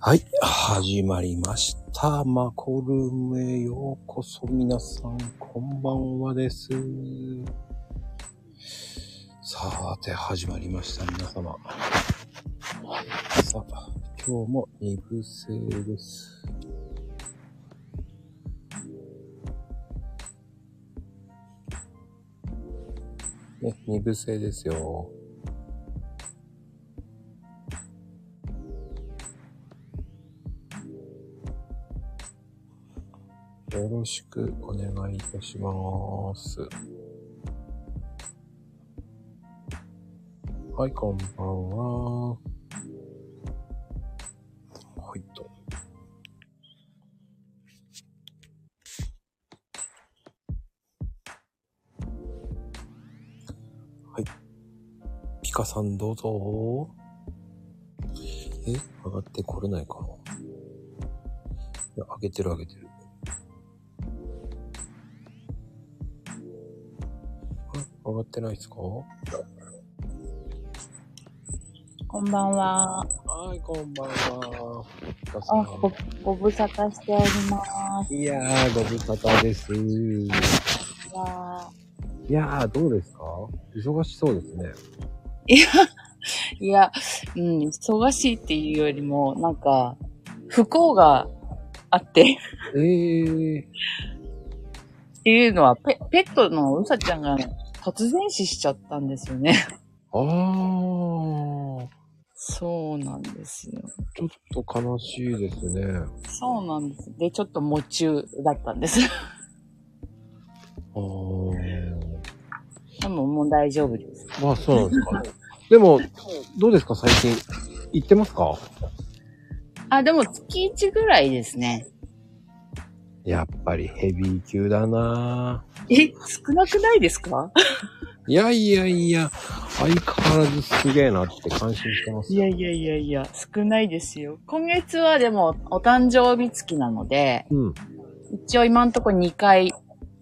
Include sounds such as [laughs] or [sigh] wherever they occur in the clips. はい、始まりました。マコルームへようこそ皆さん、こんばんはです。さて、始まりました、皆様。さあ、今日も二部制です。ね、二部制ですよ。よろしくお願いいたします。はい、こんばんは。はいと。はい。ピカさんどうぞ。え上がってこれないかないや、上げてる上げてる。あ上がってないですかはこんばんは。い、こんばんは。ピカさあ、ごん。、ご無沙汰しております。いやー、ご無沙汰です。わいやー、どうですか忙しそうですね。ーいや、うん、忙しいっていうよりも、なんか、不幸があって、えー、っていうのはペ、ペットのうさちゃんが突然死しちゃったんですよね。あー、そうなんですよ。ちょっと悲しいですね。そうなんです。で、ちょっと夢中だったんです。 [laughs] あー。でももう大丈夫です。まあ、そうなんです [laughs] か。でも、どうですか最近。行ってますかあ、でも月1ぐらいですね。やっぱりヘビー級だなえ、少なくないですかぁ。いやいやいや、相変わらずすげえなって感心してますい。やいやいやいや、少ないですよ。今月はでも、お誕生日月なので、うん、一応今んとこ2回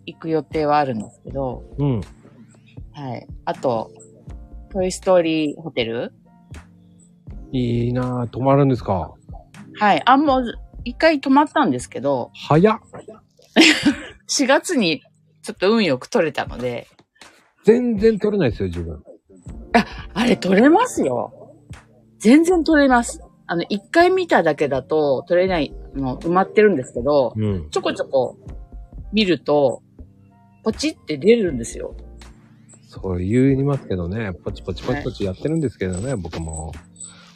行く予定はあるんですけど、うん。はい。あと、トイストーリーホテルいいなぁ。泊まるんですかはい。あ、もう、一回泊まったんですけど、早っ4月にちょっと運よく取れたので、全然取れないですよ、自分。あれ取れますよ。全然取れます。あの、一回見ただけだと取れない、あの、埋まってるんですけど、うん。ちょこちょこ見ると、ポチって出るんですよ。そう言いますけどね、ポチポチポチポチやってるんですけどね、僕も。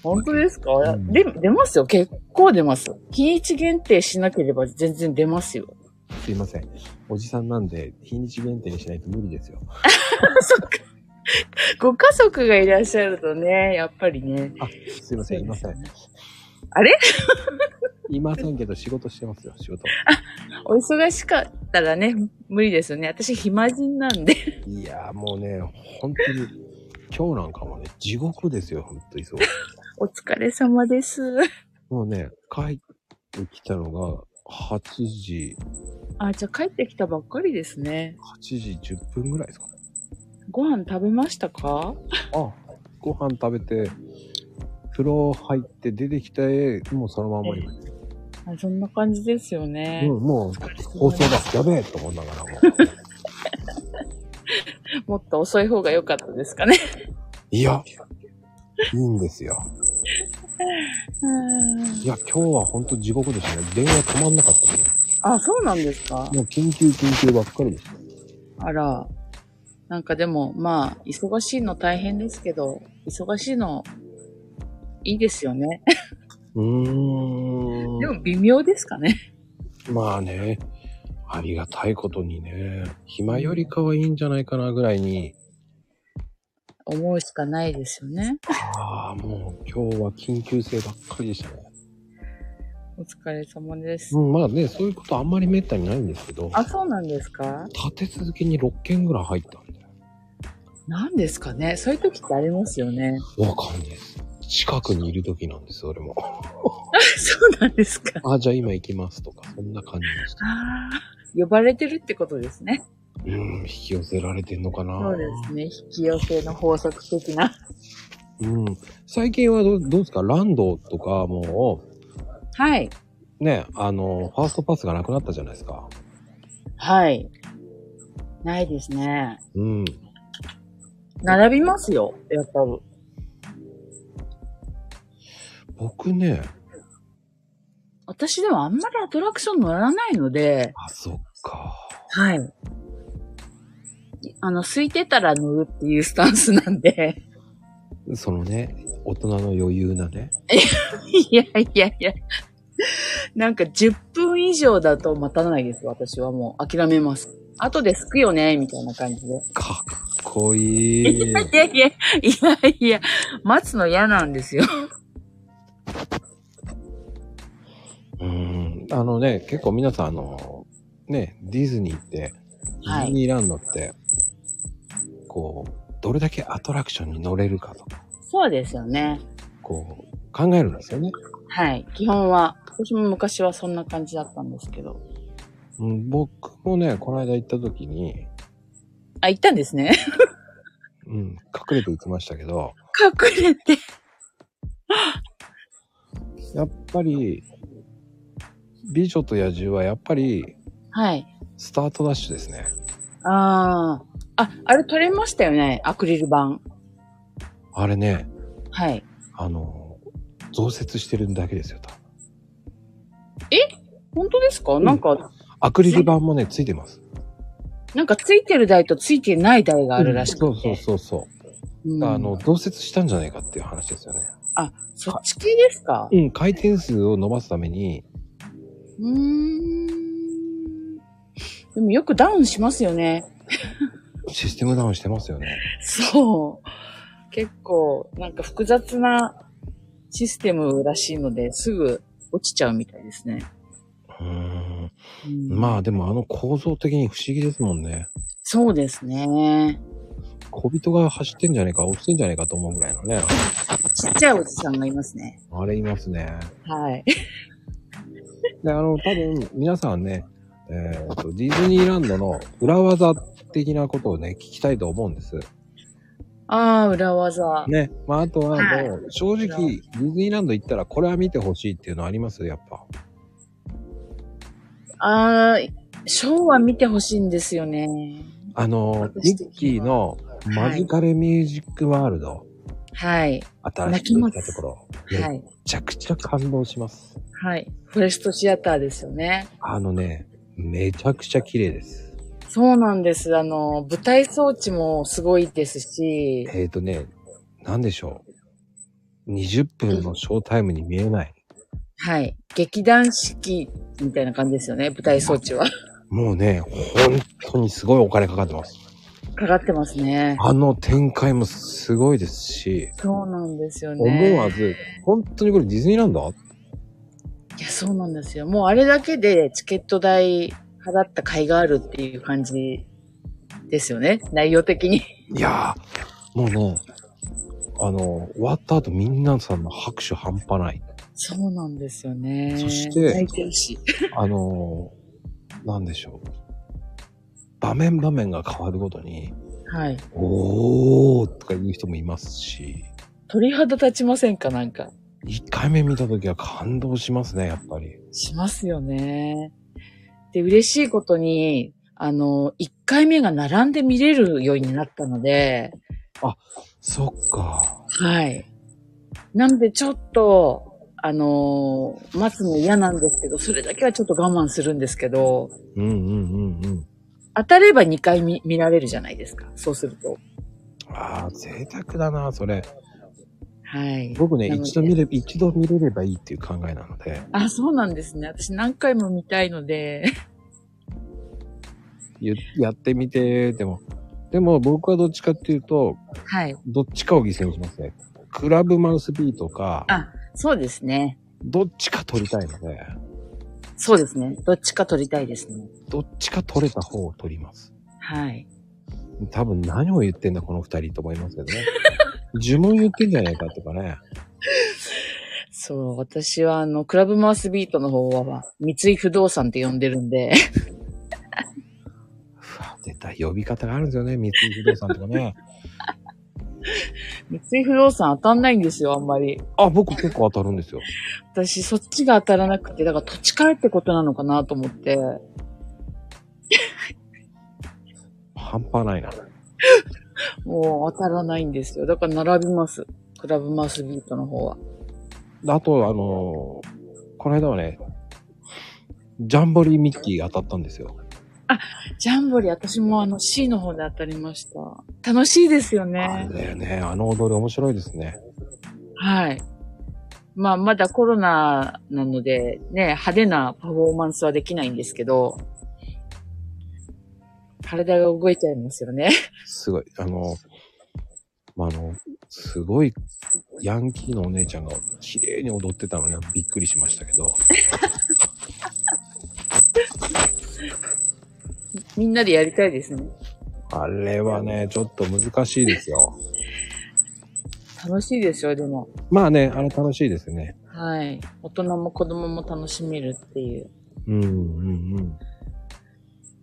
本当ですか、うんで出ますよ。結構出ます。日にち限定しなければ全然出ますよ。すいません。おじさんなんで、日にち限定にしないと無理ですよ。そっか。ご家族がいらっしゃるとね、やっぱりね。あ、すいません、いません。あれいませんけど、仕事してますよ、仕事。お忙しかったらね、無理ですよね。私暇人なんで。 [laughs] いやーもうね、本当に、今日なんかもね、地獄ですよ、本当にそう。お疲れ様です。もうね、帰ってきたのが、8時、あ、じゃあ帰ってきたばっかりですね。 8時10分ぐらいですかね。ご飯食べましたかあ、ご飯食べて、風呂入って出てきて、もうそのまんま今あそんな感じですよね。うん、もう、放送だ。やべえと思いながら [laughs] も。 [laughs] もっと遅い方が良かったですかね。いや、いいんですよ。いや、今日は本当地獄でしたね。電話止まんなかったもん。あ、そうなんですかもう緊急緊急ばっかりでした。あら。なんかでも、まあ、忙しいの大変ですけど、忙しいの、いいですよね。うーんで。も微妙ですかね。まあね、ありがたいことにね、暇よりかはいいんじゃないかなぐらいに、思うしかないですよね。ああ、もう今日は緊急性ばっかりでしたね。お疲れ様ですう。ん、まあね、そういうことあんまりめったにないんですけど、あ、そうなんですか立て続けに6件ぐらい入ったんで。なんですかねそういう時ってありますよね。 [laughs] わかんないです。近くにいる時なんです、俺も。 [laughs] そうなんですか。 [laughs] あ、じゃあ今行きますとか、そんな感じでした。あー呼ばれてるってことですね。うん、引き寄せられてんのかな。そうですね。引き寄せの法則的な。うん。最近はどどうですかランドとかもう、はい。ね、あの、ファーストパスがなくなったじゃないですか。はい。ないですね。うん。並びますよ。やっぱり。僕ね、私でもあんまりアトラクション乗らないので、あ、そっか。はい。あの、空いてたら乗るっていうスタンスなんで。 [laughs] そのね、大人の余裕なね。いやいやいや。なんか10分以上だと待たないです。私はもう諦めます。後ですくよね、みたいな感じで。かっこいい。 [laughs] いやいや、いやいや、待つの嫌なんですよ。うん。あのね、結構皆さん、あの、ね、ディズニーって、デはィいズニーランドって、こう、どれだけアトラクションに乗れるかとか、そうですよね。こう、考えるんですよね。はい。基本は、私も昔はそんな感じだったんですけど。うん、僕もね、この間行った時に、あ、行ったんですね。うん、隠れて行きましたけど、 [laughs] 隠れて。やっぱり、美女と野獣はやっぱり、はい。スタートダッシュですね。ああ。あ、あれ取れましたよね。アクリル板。あれね、はい。あの、増設してるだけですよ、多分本当ですかなんか、アクリル板もね、ついてます。なんかついてる台とついてない台があるらしくて。そうそうそうそう。うんあの、増設したんじゃないかっていう話ですよね。あ、そっち系ですかうん、回転数を伸ばすために、うーん。でもよくダウンしますよね。システムダウンしてますよね。そう。結構、なんか複雑なシステムらしいので、すぐ落ちちゃうみたいですね。うーん。うんまあでもあの構造的に不思議ですもんね。そうですね。小人が走ってんじゃねえか、落ちてんじゃねえかと思うぐらいのね。ちっちゃいおじさんがいますね。あれいますね。はい。で、あの、多分皆さんね、えっ、と、ディズニーランドの裏技的なことをね、聞きたいと思うんです。ああ、裏技。ね。まああとははもう、正直、ディズニーランド行ったらこれは見てほしいっていうのありますやっぱ。ああ、ショーは見てほしいんですよね。あの、ミ私的にはッキーのマジカルミュージックワールド、はい。新しくできたところ、はめい。ちゃくちゃ感動します。はい。フォレストシアターですよね。あのね、めちゃくちゃ綺麗です。そうなんです。あの、舞台装置もすごいですし、えっ、ー、とね、なんでしょう。20分のショータイムに見えない。はい。劇団四季みたいな感じですよね。舞台装置は。 [laughs] もうね、本当にすごいお金かかってます。かかってますね。あの展開もすごいですし、そうなんですよね。思わず、本当にこれディズニーランドいや、そうなんですよ。もうあれだけでチケット代払った甲斐があるっていう感じですよね。内容的に。いやー、もうね、あの、終わった後みんなさんの拍手半端ない。そうなんですよね。そして [laughs] 泣いてるし。あのー、なんでしょう。場面場面が変わるごとに、はい。おーとか言う人もいますし、鳥肌立ちませんかなんか。 1回目見た時は感動しますね、やっぱり。しますよね。で、嬉しいことに、あの、1回目が並んで見れるようになったので、そっか。はい。なんでちょっと、あのー待つの嫌なんですけど、それだけはちょっと我慢するんですけど、うんうんうんうん。当たれば2回見見られるじゃないですか。そうすると。ああ、贅沢だな、それ。はい。僕ね、なので一度見れ、一度見れればいいっていう考えなので、あ、そうなんですね。私何回も見たいので。ゆやってみて、でも、でも僕はどっちかっていうと、はい。どっちかを犠牲にしますね。クラブマウスビーとか、あそうですね。どっちか取りたいので、そうですね。どっちか撮りたいですね。どっちか取れた方を取ります。はい。多分何を言ってんだこの二人と思いますけどね。 [laughs] 呪文言ってんじゃないかとかね。そう、私はあの、クラブマウスビートの方は、三井不動産って呼んでるんで、 [laughs] うわ絶対呼び方があるんですよね。三井不動産とかね。三井不動産当たんないんですよ、あんまり。あ、僕結構当たるんですよ。私、そっちが当たらなくて、だから土地買えってことなのかなと思って。半端ないな。もう当たらないんですよ。だから並びます。クラブマウスビートの方は。あと、あのーこの間はね、ジャンボリーミッキーが当たったんですよ。ジャンボリー、私もあの C の方で当たりました。楽しいですよあれね。だよね。あの踊り面白いですね。はい。まあ、まだコロナなので、ね、派手なパフォーマンスはできないんですけど、体が動いちゃいますよね。 [laughs] すごい。あの、まあ、あの、すごい、ヤンキーのお姉ちゃんが綺麗に踊ってたのにびっくりしましたけど、みんなでやりたいですね。あれはね、ちょっと難しいですよ。楽しいですよ、でも。 [laughs] まあね、あの楽しいですよね。はい。大人も子供も楽しめるっていう。うんうんうん。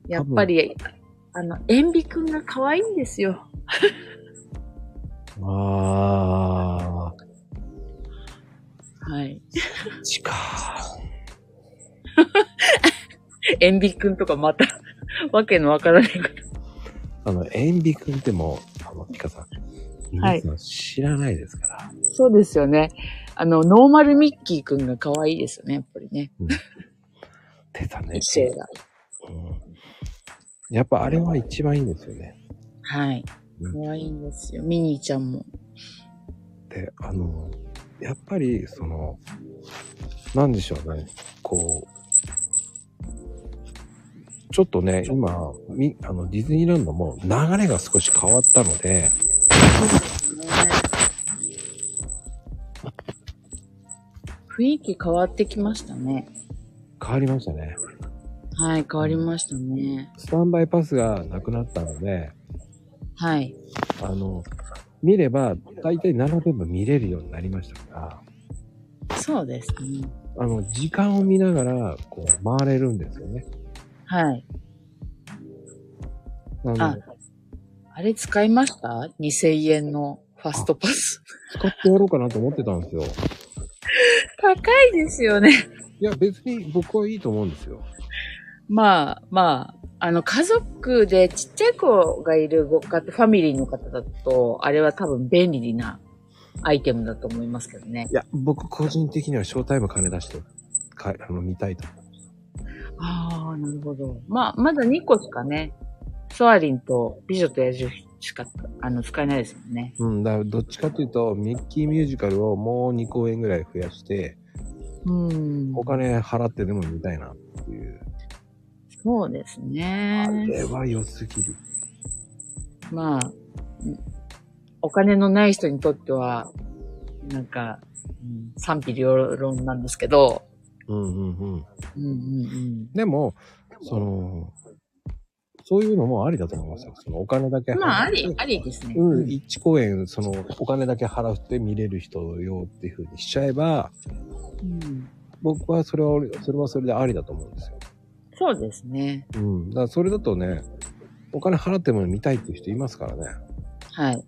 やっぱり、あの、塩ビくんが可愛いんですよ。あー、 [laughs] はい。ちか塩ビくんとかまた、 [laughs] わけのわからないこと。あの、塩ビ君ってもう、あの、ピカさん、は皆いさん知らないですから。そうですよね。あの、ノーマルミッキーくんが可愛いですよね、やっぱりね。出たね。姿勢が。うんやっぱあれは一番いいんですよね。はい。可愛いんですよ。ミニーちゃんも。で、あの、やっぱり、その、なんでしょうね。こう、ちょっとね、今、みあのディズニーランドも流れが少し変わったので、雰囲気変わってきましたね。変わりましたね。はい、変わりましたね。スタンバイパスがなくなったので、はい。あの、見れば、大体並べば見れるようになりましたから、そうですね。あの、時間を見ながら、こう、回れるんですよね。はい。あのああれ使いました ?2000 円のファストパス。使ってやろうかなと思ってたんですよ。高いですよね。いや、別に僕はいいと思うんですよ。まあまあ、あの家族でちっちゃい子がいるご家庭、ファミリーの方だと、あれは多分便利なアイテムだと思いますけどね。いや、僕個人的にはショータイム金出して、かあの、見たいと。ああ、なるほど。まあ、まだ2個しかね、ソアリンと美女と野獣しか、あの、使えないですもんね。うん、だからどっちかというと、ミッキーミュージカルをもう2公演ぐらい増やして、うんお金払ってでも見たいなっていう。そうですねあ。れは良すぎる。まあ、うんお金のない人にとっては、なんか、うん賛否両論なんですけど、うんうんうん。うんうんうん。でも、その、そういうのもありだと思いますよ。そのお金だけ払って。まあ、あり、ありですね。うん、1公演、その、お金だけ払って見れる人用っていう風にしちゃえば、うん僕はそれは、それはそれでありだと思うんですよ。そうですね。うん。だからそれだとね、お金払っても見たいっていう人いますからね。はい。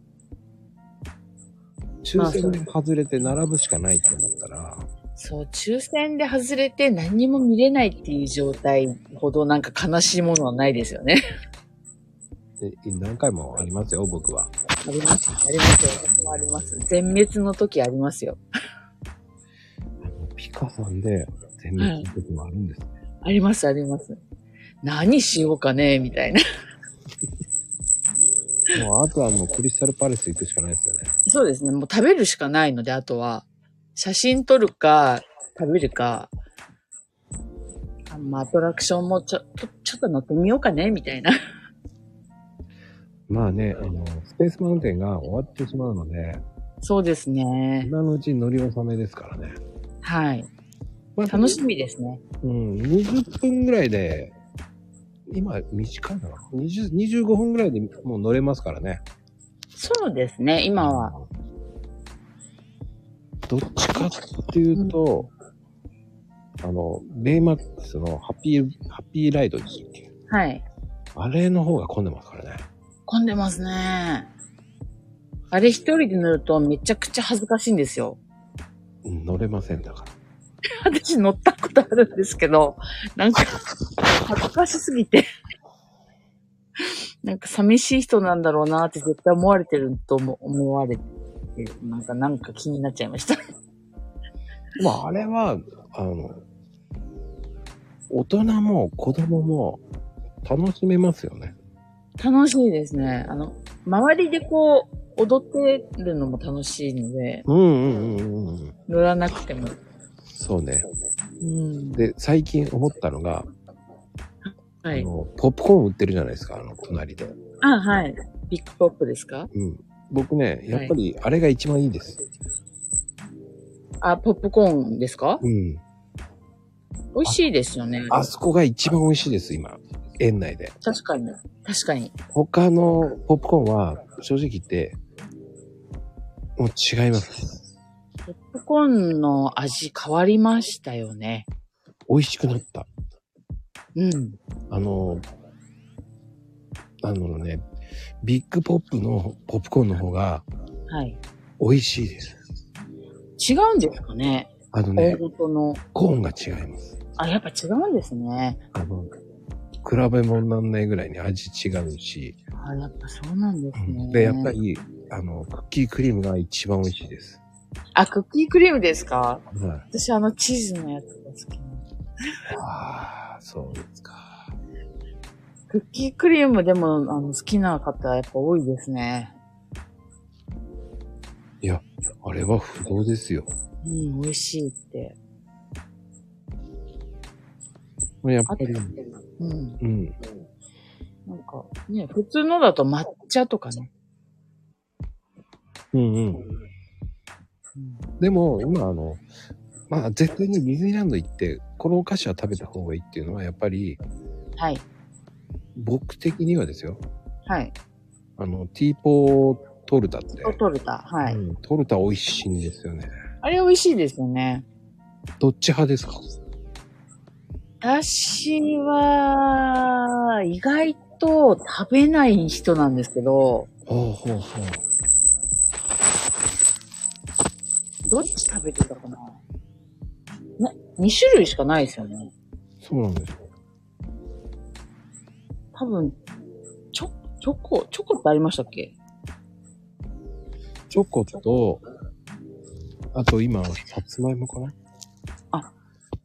抽選で外れて並ぶしかないってなったら、そう、抽選で外れて何にも見れないっていう状態ほどなんか悲しいものはないですよね。で何回もありますよ、僕は。あります。ありますよ。私もあります。全滅の時ありますよ。ピカさんで全滅の時もあるんです。あります、あります。何しようかね、みたいな。もう、あとはもうクリスタルパレス行くしかないですよね。そうですね。もう食べるしかないので、あとは、写真撮るか、食べるか、あまあ、アトラクションもちょ、ちょ、ちょっと乗ってみようかね、みたいな。まあね、あの、スペースマウンテンが終わってしまうので、そうですね。今のうちに乗り納めですからね。はい。まあ楽しみですね。うん、20分ぐらいで、今短いのかな20 ?25 分ぐらいでもう乗れますからね。そうですね、今は。どっちかっていうと、あの、ベイマックスのハッピー、ハッピーライドでしたっけはい。あれの方が混んでますからね。混んでますね。あれ一人で乗るとめちゃくちゃ恥ずかしいんですよ。うん乗れませんだから。私乗ったことあるんですけど、なんか恥ずかしすぎて、なんか寂しい人なんだろうなって絶対思われてると思思われて、なんかなんか気になっちゃいました。まあ、あれは、あの、大人も子供も楽しめますよね。楽しいですね。あの、周りでこう、踊ってるのも楽しいので、うんうんうんうんうん。乗らなくても。そうね。うん。で、最近思ったのが、はあい。の、ポップコーン売ってるじゃないですか、あの、隣で。あ、はい。ビッグポップですかうん。僕ね、やっぱりあれが一番いいです。あ、ポップコーンですかうん。美味しいですよね。あそこが一番美味しいです、今。園内で。確かに。確かに。他のポップコーンは、正直言って、もう違います。ポップコーンの味変わりましたよね。美味しくなった。うん。あの、なんだろうね、ビッグポップのポップコーンの方がはい。美味しいです。違うんですかねあの大ね、ごとの。コーンが違います。あ、やっぱ違うんですね。あの、比べ物になんないぐらいに味違うし、あ、やっぱそうなんですね。で、やっぱ。り、あの、クッキークリームが一番美味しいです。あ、クッキークリームですかはい。私あのチーズのやつが好きなんですああ、そうですか。クッキークリームでも、あの、好きな方やっぱ多いですね。あれは不動ですよ。うん、美味しいって。やっあぱとり、、うん。うん。なんか、ね、普通のだと抹茶とかね。うんうん。うん、でも、今、あの、まあ、絶対にディズニーランド行って、このお菓子は食べた方がいいっていうのは、やっぱり、はい。僕的にはですよ。はい。あの、ティーポートルタって。トトルタ。はい。うんトルタ美味しいんですよね。あれ美味しいですよね。どっち派ですか私は、意外と食べない人なんですけど、ほうほうほう。どっち食べてたかなな ?2 種類しかないですよね。そうなんですよ。多分、チョ、チョコ、チョコってありましたっけチョコと、あと今、さつまいもかな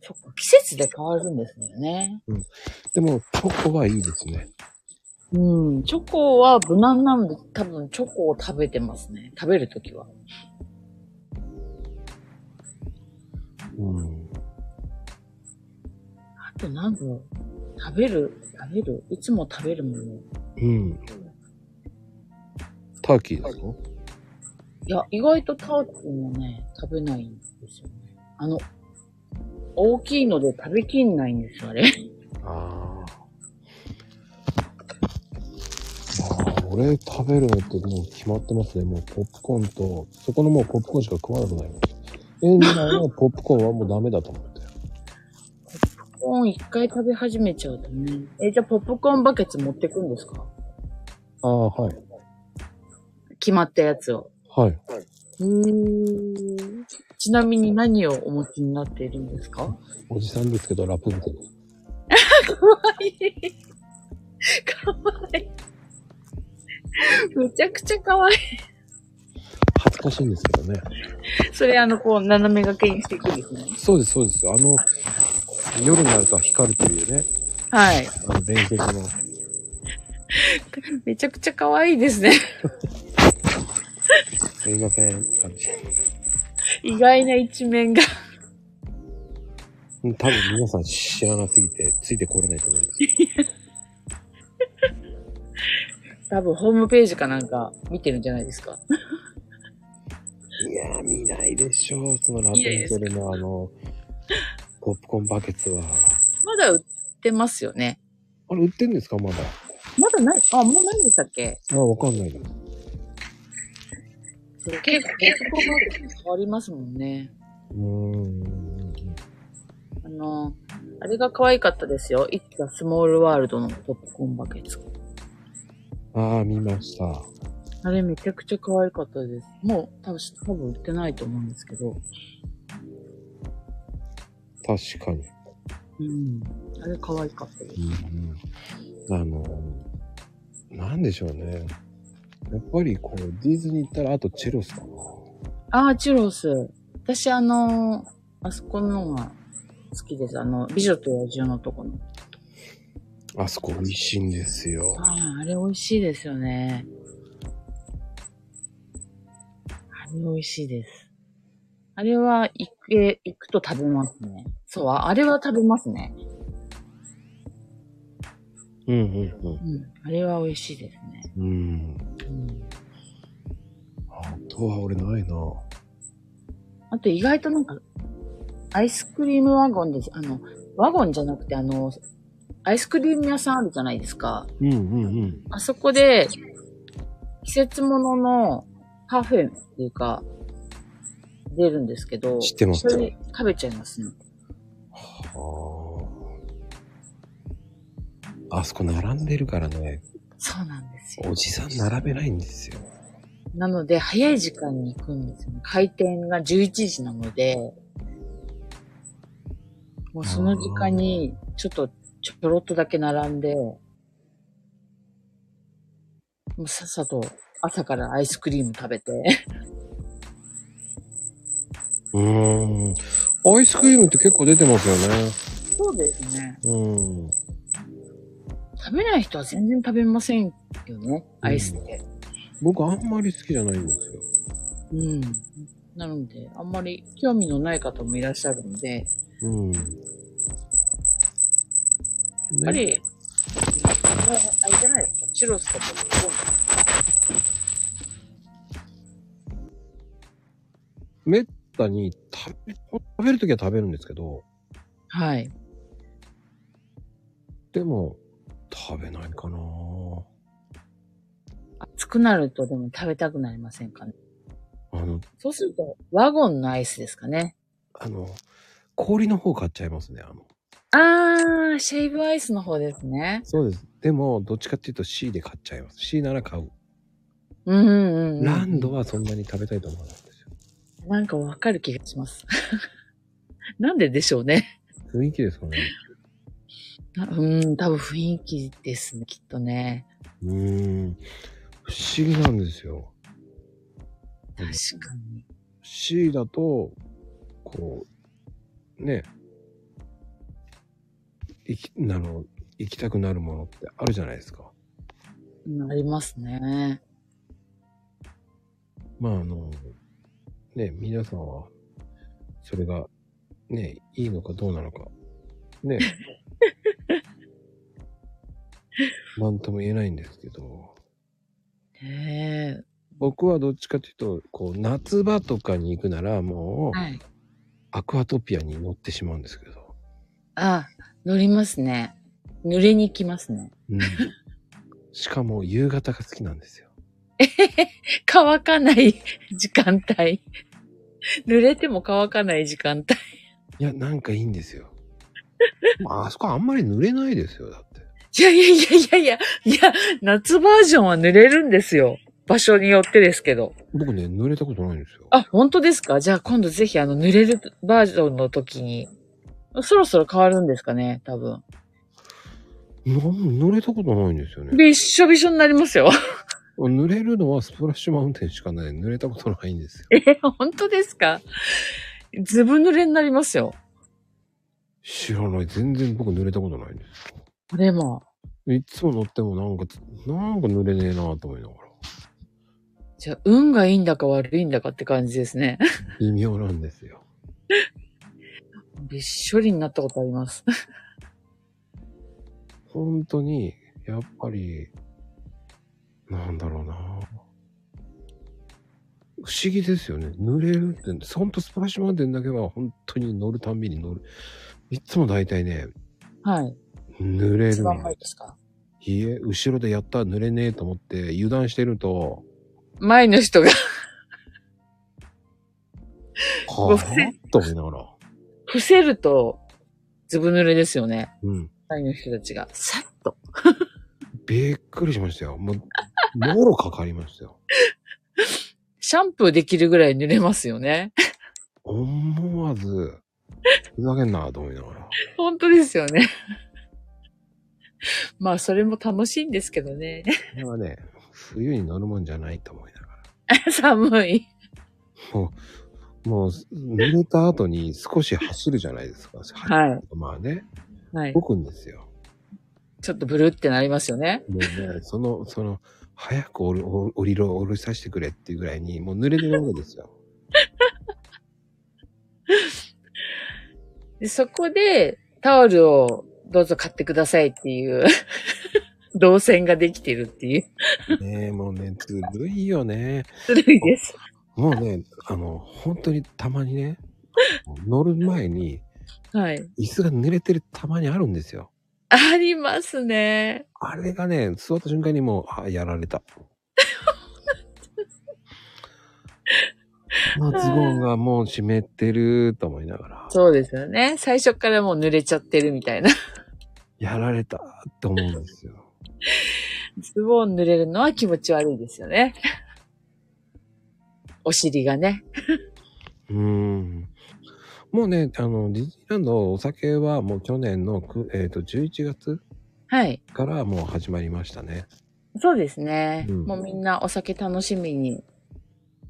そっか、季節で変わるんですよね。でも、チョコはいいですね。うん。チョコは無難なので、多分チョコを食べてますね。食べるときは。うん。あとなんだろう食べる、食べる、いつも食べるもの。いうん。ターキーですかや、意外とターキーもね、食べないんですよね。あの、大きいので食べきんないんですよ、あ [laughs] れ。ああ。俺食べるのってもう決まってますね。もうポップコーンと、そこのもうポップコーンしか食わなくなりました。園内のポップコーンはもうダメだと思って。ポップコーン一回食べ始めちゃうとね。え、じゃあポップコーンバケツ持ってくんですかああ、はい。決まったやつを。はい。うん。ちなみに何をお持ちになっているんですかおじさんですけど、ラプンツェル。かわいい。めちゃくちゃかわいい。恥ずかしいんですけどね。それあの、こう、斜め掛けにしていくんですね。そうです、そうです。あの、夜になると光るというね、はい。あの、伝説の。めちゃくちゃ可愛いですね。すいません。感じ。 [laughs] 意外な一面が。うん [laughs] 多分皆さん知らなすぎて、ついてこれないと思うんですけど。多分ホームページかなんか見てるんじゃないですか。いやー、見ないでしょう。そのラプン見ないでツすェルのあの、ポップコーンバケツは。まだ売ってますよね。あれ売ってんですかまだ。まだない、あ、もうないんでしたっけあ、わかんないです。それ結構、結構変わりますもんね。うーん。あの、あれが可愛かったですよ。いつかスモールワールドのポップコーンバケツ。ああ、見ました。あれめちゃくちゃ可愛かったです。もう多分、多分売ってないと思うんですけど。確かに。うん。あれ可愛かったです。うんあの、なんでしょうね。やっぱりこう、ディズニー行ったら、あとチェロスかな。ああ、チュロス。私あのーあそこのが好きです。あの、美女と野獣のとこの。あそこ美味しいんですよ。ああ、あれ美味しいですよね。あれ美味しいです。あれは行く、行くと食べますね。そう、ああれは食べますね。うんうんうん。あれは美味しいですね。うん。うん。うん。あとは俺ないな。あと意外となんか、アイスクリームワゴンです。あの、ワゴンじゃなくてあの、アイスクリーム屋さんあるじゃないですか。うんうんうん。あそこで、季節物ののパフェっていうか、出るんですけど、知ってますそれ食べちゃいますね。ああ。あそこ並んでるからね、そうなんですよお。じさん並べないんですよ。なので、早い時間に行くんですよね。開店が11時なので、もうその時間に、ちょっと、ちょろっとだけ並んで、もうさっさと朝からアイスクリーム食べて、うーん。アイスクリームって結構出てますよね。そうですね。うん。食べない人は全然食べませんよね、アイスって。僕あんまり好きじゃないんですよ。うん。なので、あんまり興味のない方もいらっしゃるので、うん。ややっぱり、あれじゃないですか、チュロスとかめったに食べ、食べるときは食べるんですけど、はい。でも、食べないかな暑くなるとでも食べたくなりませんかね。あの、そうすると、ワゴンのアイスですかね。あの、氷の方買っちゃいますね、あの。あー、シェイブアイスの方ですね。そうです。でも、どっちかっていうと C で買っちゃいます。C なら買う。うんうん、うん。ランドはそんなに食べたいと思わないんですよ。なんかわかる気がします。 [laughs] なんででしょうね。雰囲気ですかね。なうん、多分雰囲気ですね、きっとね。うーん。不思議なんですよ。確かに。 C だと、こう、ね、行き、あの、行きたくなるものってあるじゃないですか。うんありますね。まあ、あの、ね、皆さんは、それが、ね、いいのかどうなのか、ね。なんとも言えないんですけど、へえ。僕はどっちかというと、こう、夏場とかに行くなら、もう、はい。アクアトピアに乗ってしまうんですけど。あ、乗りますね。濡れに行きますね。 [laughs] うん、しかも、夕方が好きなんですよ。乾かない [laughs] 時間帯。濡れても乾かない時間帯。いや、なんかいいんです [laughs] よ。ああそこあんまり濡れないですよ、だって。いやいやいやいやいや、いや、夏バージョンは濡れるんですよ。場所によってですけど。僕ね、濡れたことないんですよ。あ、本当ですかじゃあ今度ぜひあの濡れるバージョンの時に。そろそろ変わるんですかね多分。なん濡れたことないんですよね。びっしょびしょになりますよ。 [laughs] 濡れるのはスプラッシュマウンテンしかない。濡れたことないんですよ。え、本当ですかずぶ濡れになりますよ。知らない。全然僕濡れたことないんですこれも。よ。いつも乗ってもなんか、なんか濡れねえなと思いながら。じゃあ、運がいいんだか悪いんだかって感じですね。 [laughs] 微妙なんですよ。びっしょりになったことあります。 [laughs] 本当に、やっぱり、なんだろうな不思議ですよね。濡れるって、ほんとスプラッシュマウンテンだけは本当に乗るたんびに乗る。いつも大体ね、はい。濡れ一る。番前ですかいいえ、後ろでやった、濡れねえと思って油断してると、前の人が [laughs] はごぁめんと思いながら。伏せると、ずぶ濡れですよね。うん。前の人たちが。さっと。びっくりしましたよ。もう、もろかかりましたよ。シャンプーできるぐらい濡れますよね。 [laughs] 思わず、ふざけんなと思いながら。本当ですよね。 [laughs] まあ、それも楽しいんですけどね。 [laughs] これはね、冬に乗るもんじゃないと思いなが寒い。ら。もう、濡れた後に少し走るじゃないですか。はい。まあね、はい。動くんですよ。ちょっとブルってなりますよね。もうね、その、その、早く降り降りろ、降りさせてくれっていうぐらいに、もう濡れてるわけですよ。でそこで、タオルをどうぞ買ってくださいっていう、 [laughs] 動線ができてるっていう。ねえ、もうね、ずるいよね。ずるいです。もうね、あの、本当にたまにね、乗る前に、はい。椅子が濡れてるたまにあるんですよ。ありますね。あれがね、座った瞬間にもう、あ、やられ [laughs] た。まあ、ズボンがもう湿ってると思いながら、そうですよね。最初からもう濡れちゃってるみたいな。やられたって思うんですよ。 [laughs] ズボン濡れるのは気持ち悪いですよ [laughs] ね。お尻がね。うーん。もうね、あの、ディズニーランドお酒はもう去年のく、えー、と11月はい。からもう始まりましたね。そうですね。うんもうみんなお酒楽しみに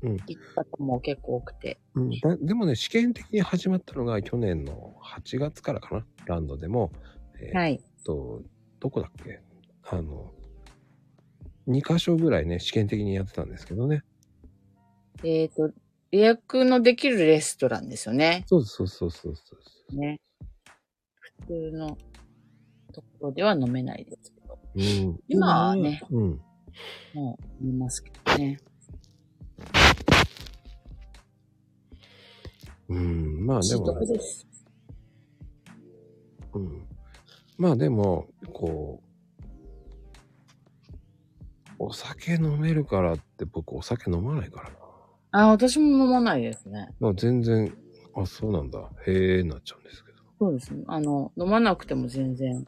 うん行った方も結構多くて。うん、だでもね、試験的に始まったのが去年の8月からかな、ランドでも。えーはい。えっと、どこだっけあの、2箇所ぐらいね、試験的にやってたんですけどね。えっ、と、予約のできるレストランですよね。そうそうそうそうそうそう。ね。普通のところでは飲めないですけど。うん、今はね。うん。もう飲みますけどね。うん、まあでおも、得です。うん、まあでも、こう、お酒飲めるからって僕お酒飲まないからな。あ、私も飲まないですね。まあ全然、あ、そうなんだ。へえ、なっちゃうんですけど。そうですね。あの、飲まなくても全然。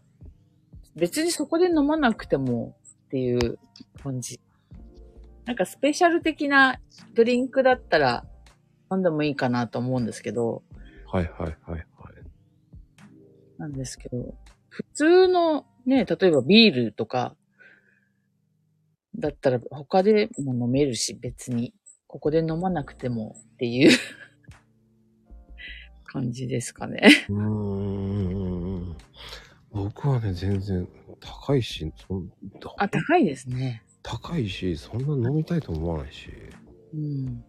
別にそこで飲まなくてもっていう感じ。なんかスペシャル的なドリンクだったら飲んでもいいかなと思うんですけど、はいはいはいはい。なんですけど、普通のね、例えばビールとかだったら他でも飲めるし別に、ここで飲まなくてもっていう [laughs] 感じですかね。うーん。僕はね、全然高いし、そんあ、高いですね。高いし、そんな飲みたいと思わないし。うん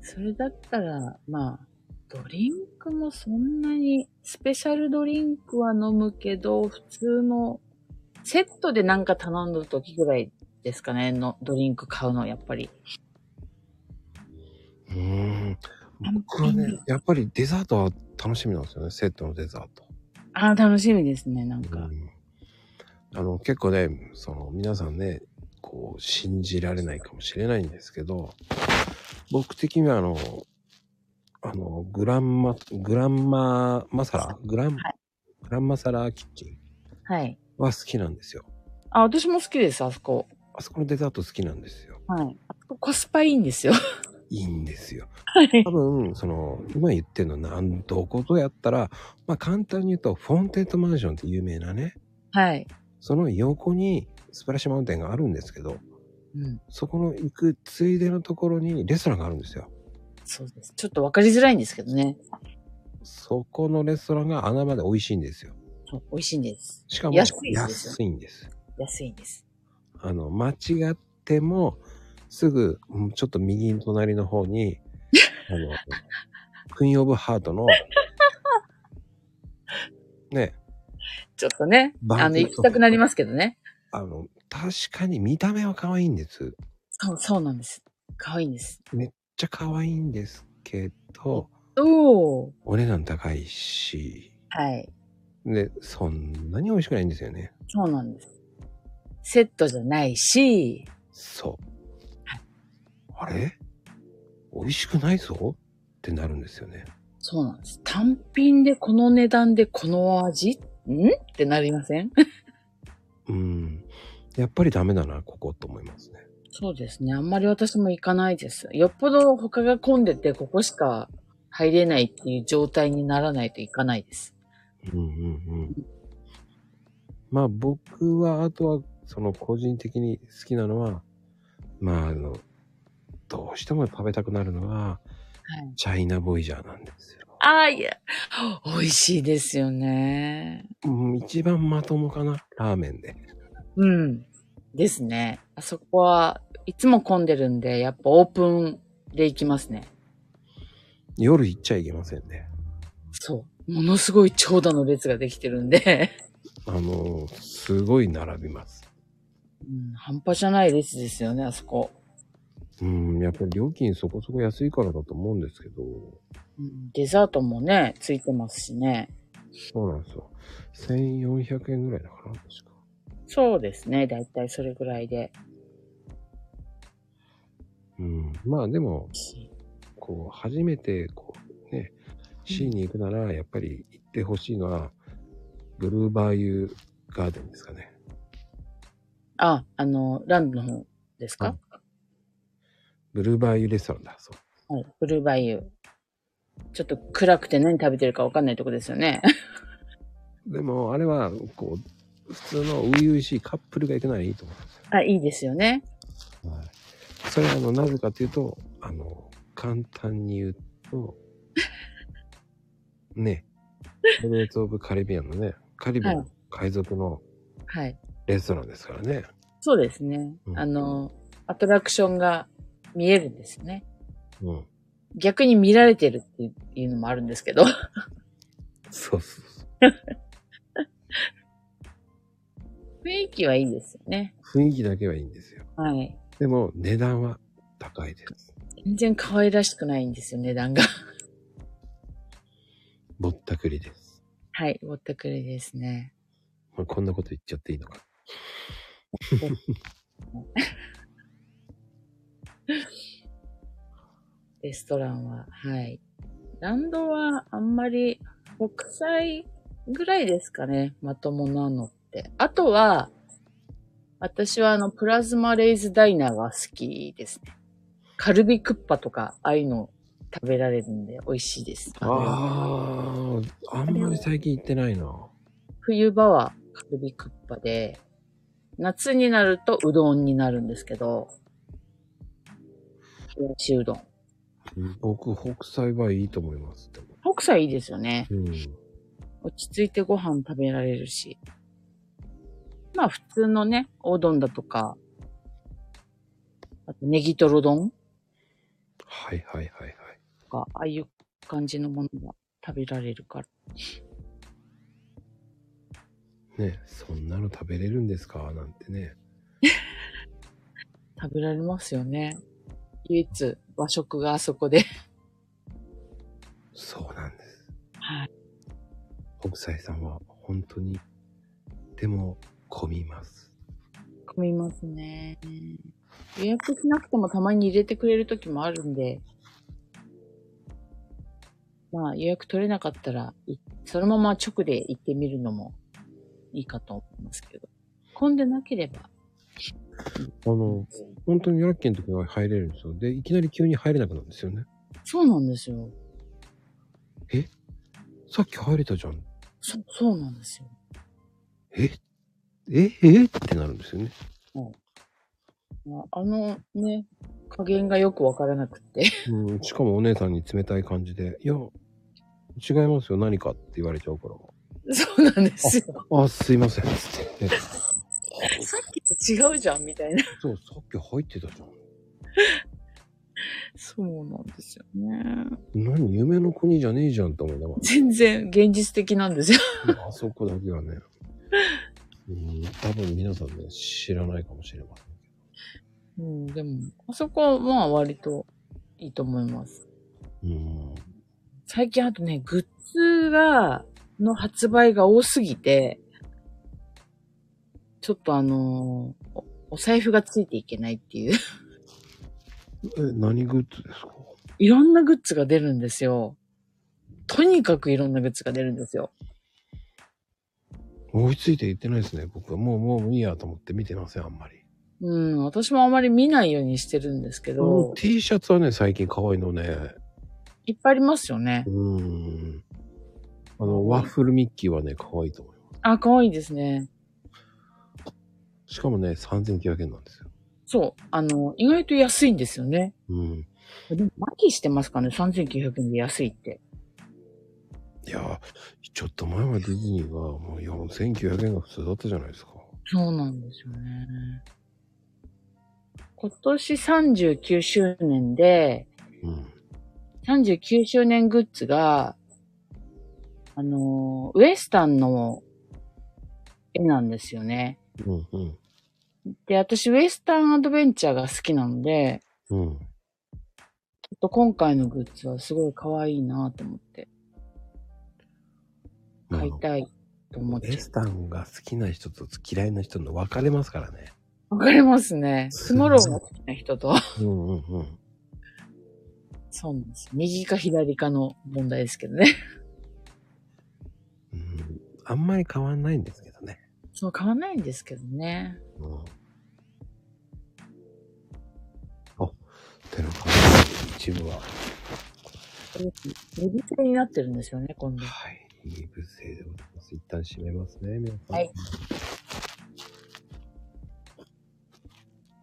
それだったら、まあ、ドリンクもそんなに、スペシャルドリンクは飲むけど、普通の、セットでなんか頼んだ時ぐらいですかね、の、ドリンク買うの、やっぱり。うーん。僕はね、やっぱりデザートは楽しみなんですよね、セットのデザート。ああ、楽しみですね、なんうか。んあの、結構ね、その、皆さんね、こう、信じられないかもしれないんですけど、僕的にはあの、あの、グランマ、グランマ、マサラグラン、はグランマサラキッチンはい。は好きなんですよ。あ、私も好きです、あそこ。あそこのデザート好きなんですよ。はい。あそこコスパいいんですよ。いいんですよ。はい多。分、その、今言ってるのは何、どことやったら、まあ簡単に言うと、フォンテッドマンションって有名なね、はい。その横にスプラッシュマウンテンがあるんですけど、うん。そこの行くついでのところにレストランがあるんですよ。そうです。ちょっとわかりづらいんですけどね。そこのレストランが穴場で美味しいんですよ。そう美味しいんです。しかも安いですよ安いんです。安いんです。あの、間違っても、すぐ、うんちょっと右の隣の方に、あの、クイーン・オブ・ハートの、ね、ちょっとね、バンあの、キー行きたくなりますけどね。あの、確かに見た目は可愛いんです。めっそう、そうなんです。可愛いんです。ちゃ可愛いんですけど、おー。お値段高いし、はい。で、そんなに美味しくないんですよね。そうなんです。セットじゃないし、そう。あれ美味しくないぞってなるんですよね。そうなんです。単品でこの値段でこの味んってなりませんうん。やっぱりダメだな、ここと思いますね。そうですね。あんまり私も行かないです。よっぽど他が混んでて、ここしか入れないっていう状態にならないと行かないです。うんうんうん。まあ僕は、あとは、その個人的に好きなのは、まああの、どうしても食べたくなるのは、はい。チャイナボイジャーなんですよ。ああ、いや、美味しいですよね。うん一番まともかな、ラーメンで。うん。ですね。あそこはいつも混んでるんで、やっぱオープンで行きますね。夜行っちゃいけませんね。そう。ものすごい長蛇の列ができてるんで、あの、すごい並びます。うん、半端じゃない列ですよね、あそこ。うん、やっぱり料金そこそこ安いからだと思うんですけど、うんデザートもね、ついてますしね。そうなんですよ。1400円ぐらいだから、確か。そうですね。だいたいそれぐらいで。うん、まあでも、こう、初めて、こう、ね、C に行くなら、やっぱり行ってほしいのは、ブルーバーユーガーデンですかね。あ、あの、ランドの方ですか、ブルーバーユーレストランだ、そう。はい。ブルーバイユー。ちょっと暗くて何食べてるかわかんないとこですよね。でも、あれは、こう、普通の初々しいカップルが行くならいいと思うんですよ。あ、いいですよね。はい。それは、あの、なぜかというと、あの、簡単に言う [laughs] と、ね、パイレーツ・オブ・カリビアンのね、カリビアンの海賊のはい。レストランですからね。そうですねう。んあの、アトラクションが見えるんですね。うん。逆に見られてるっていういうのもあるんですけど。 [laughs] そうそうそう。雰囲気はいいですよね。雰囲気だけはいいんですよ。はい。でも、値段は高いです。全然可愛らしくないんですよ、値段が。ぼったくりです。はい。ぼったくりですね。まあこんなこと言っちゃっていいのか。レストランは。はい。ランドはあんまり国際ぐらいですかね。まともなのって。あとは、私はあの、プラズマレイズダイナーが好きですね。カルビクッパとか、ああいうの食べられるんで美味しいです。ああ、あんまり最近行ってないな。冬場はカルビクッパで、夏になるとうどんになるんですけど、冷やしうどん。僕、北斎はいいと思います。でも北斎いいですよね。うん。落ち着いてご飯食べられるし。まあ普通のね、おうどんだとか、あとネギトロ丼はいはいはいはい。とか、ああいう感じのものが食べられるから。ね、そんなの食べれるんですかなんてね。食べられますよね。唯一和食があそこで。そうなんです。はい。北斎さんは本当に、でも、混みます。混みますね。予約しなくてもたまに入れてくれる時もあるんで、まあ予約取れなかったら、いそのまま直で行ってみるのもいいかと思いますけど。混んでなければ。あの、本当にラッキーの時は入れるんですよ。で、いきなり急に入れなくなるんですよね。そうなんですよ。さっき入れたじゃん。そ、そうなんですよ。えええってなるんですよね。まああのね、加減がよくわからなくって。 [laughs] うん、しかもお姉さんに冷たい感じで、いや、違いますよ、何かって言われちゃうから。そうなんですよ。あ、すいません、つって。えさっきと違うじゃん、みたいな。そう、さっき入ってたじゃん。そうなんですよね。何、夢の国じゃねえじゃんって思いなが全然現実的なんですよ。ら。あそこだけはね。うん、多分皆さんね、知らないかもしれません。うん、でも、あそこはまあ割といいと思います。うん。最近あとね、グッズが、の発売が多すぎて、ちょっとあのーお、お財布がついていけないっていう、 [laughs] え、何グッズですかいろんなグッズが出るんですよ。とにかくいろんなグッズが出るんですよ。追いついていってないですね、僕は。もう、もういいやと思って見てません、あんまり。うん、私もあまり見ないようにしてるんですけうんど、 T シャツはね、最近可愛いのね。いっぱいありますよねう。ーん。あの、ワッフルミッキーはね、可愛いと思う。あ、可愛いですね。しかもね、3900円なんですよ。そう。あの、意外と安いんですよね。うん。でも、麻痺してますかね ?3900 円で安いって。いやー、ちょっと前までディズニーがもう4900円が普通だったじゃないですか。そうなんですよね。今年39周年で、うん。 39周年グッズが、あの、ウエスタンの絵なんですよね。うん、うん。で、私、ウエスタンアドベンチャーが好きなので、うん。ちょっと今回のグッズはすごい可愛いなと思って、まあ買いたいと思っエて。スタンが好きな人と嫌いな人の分かれますからね。わかりますね。すスモローが好きな人と。うんうんうん。そうなんです。右か左かの問題ですけどね。うん、あんまり変わんないんですけどね。そう、買わないんですけどね。うん、あ、てな感じで一部は、右手になってるんですよね、今度。はい、二部制でございます。一旦閉めますね、皆さん。はい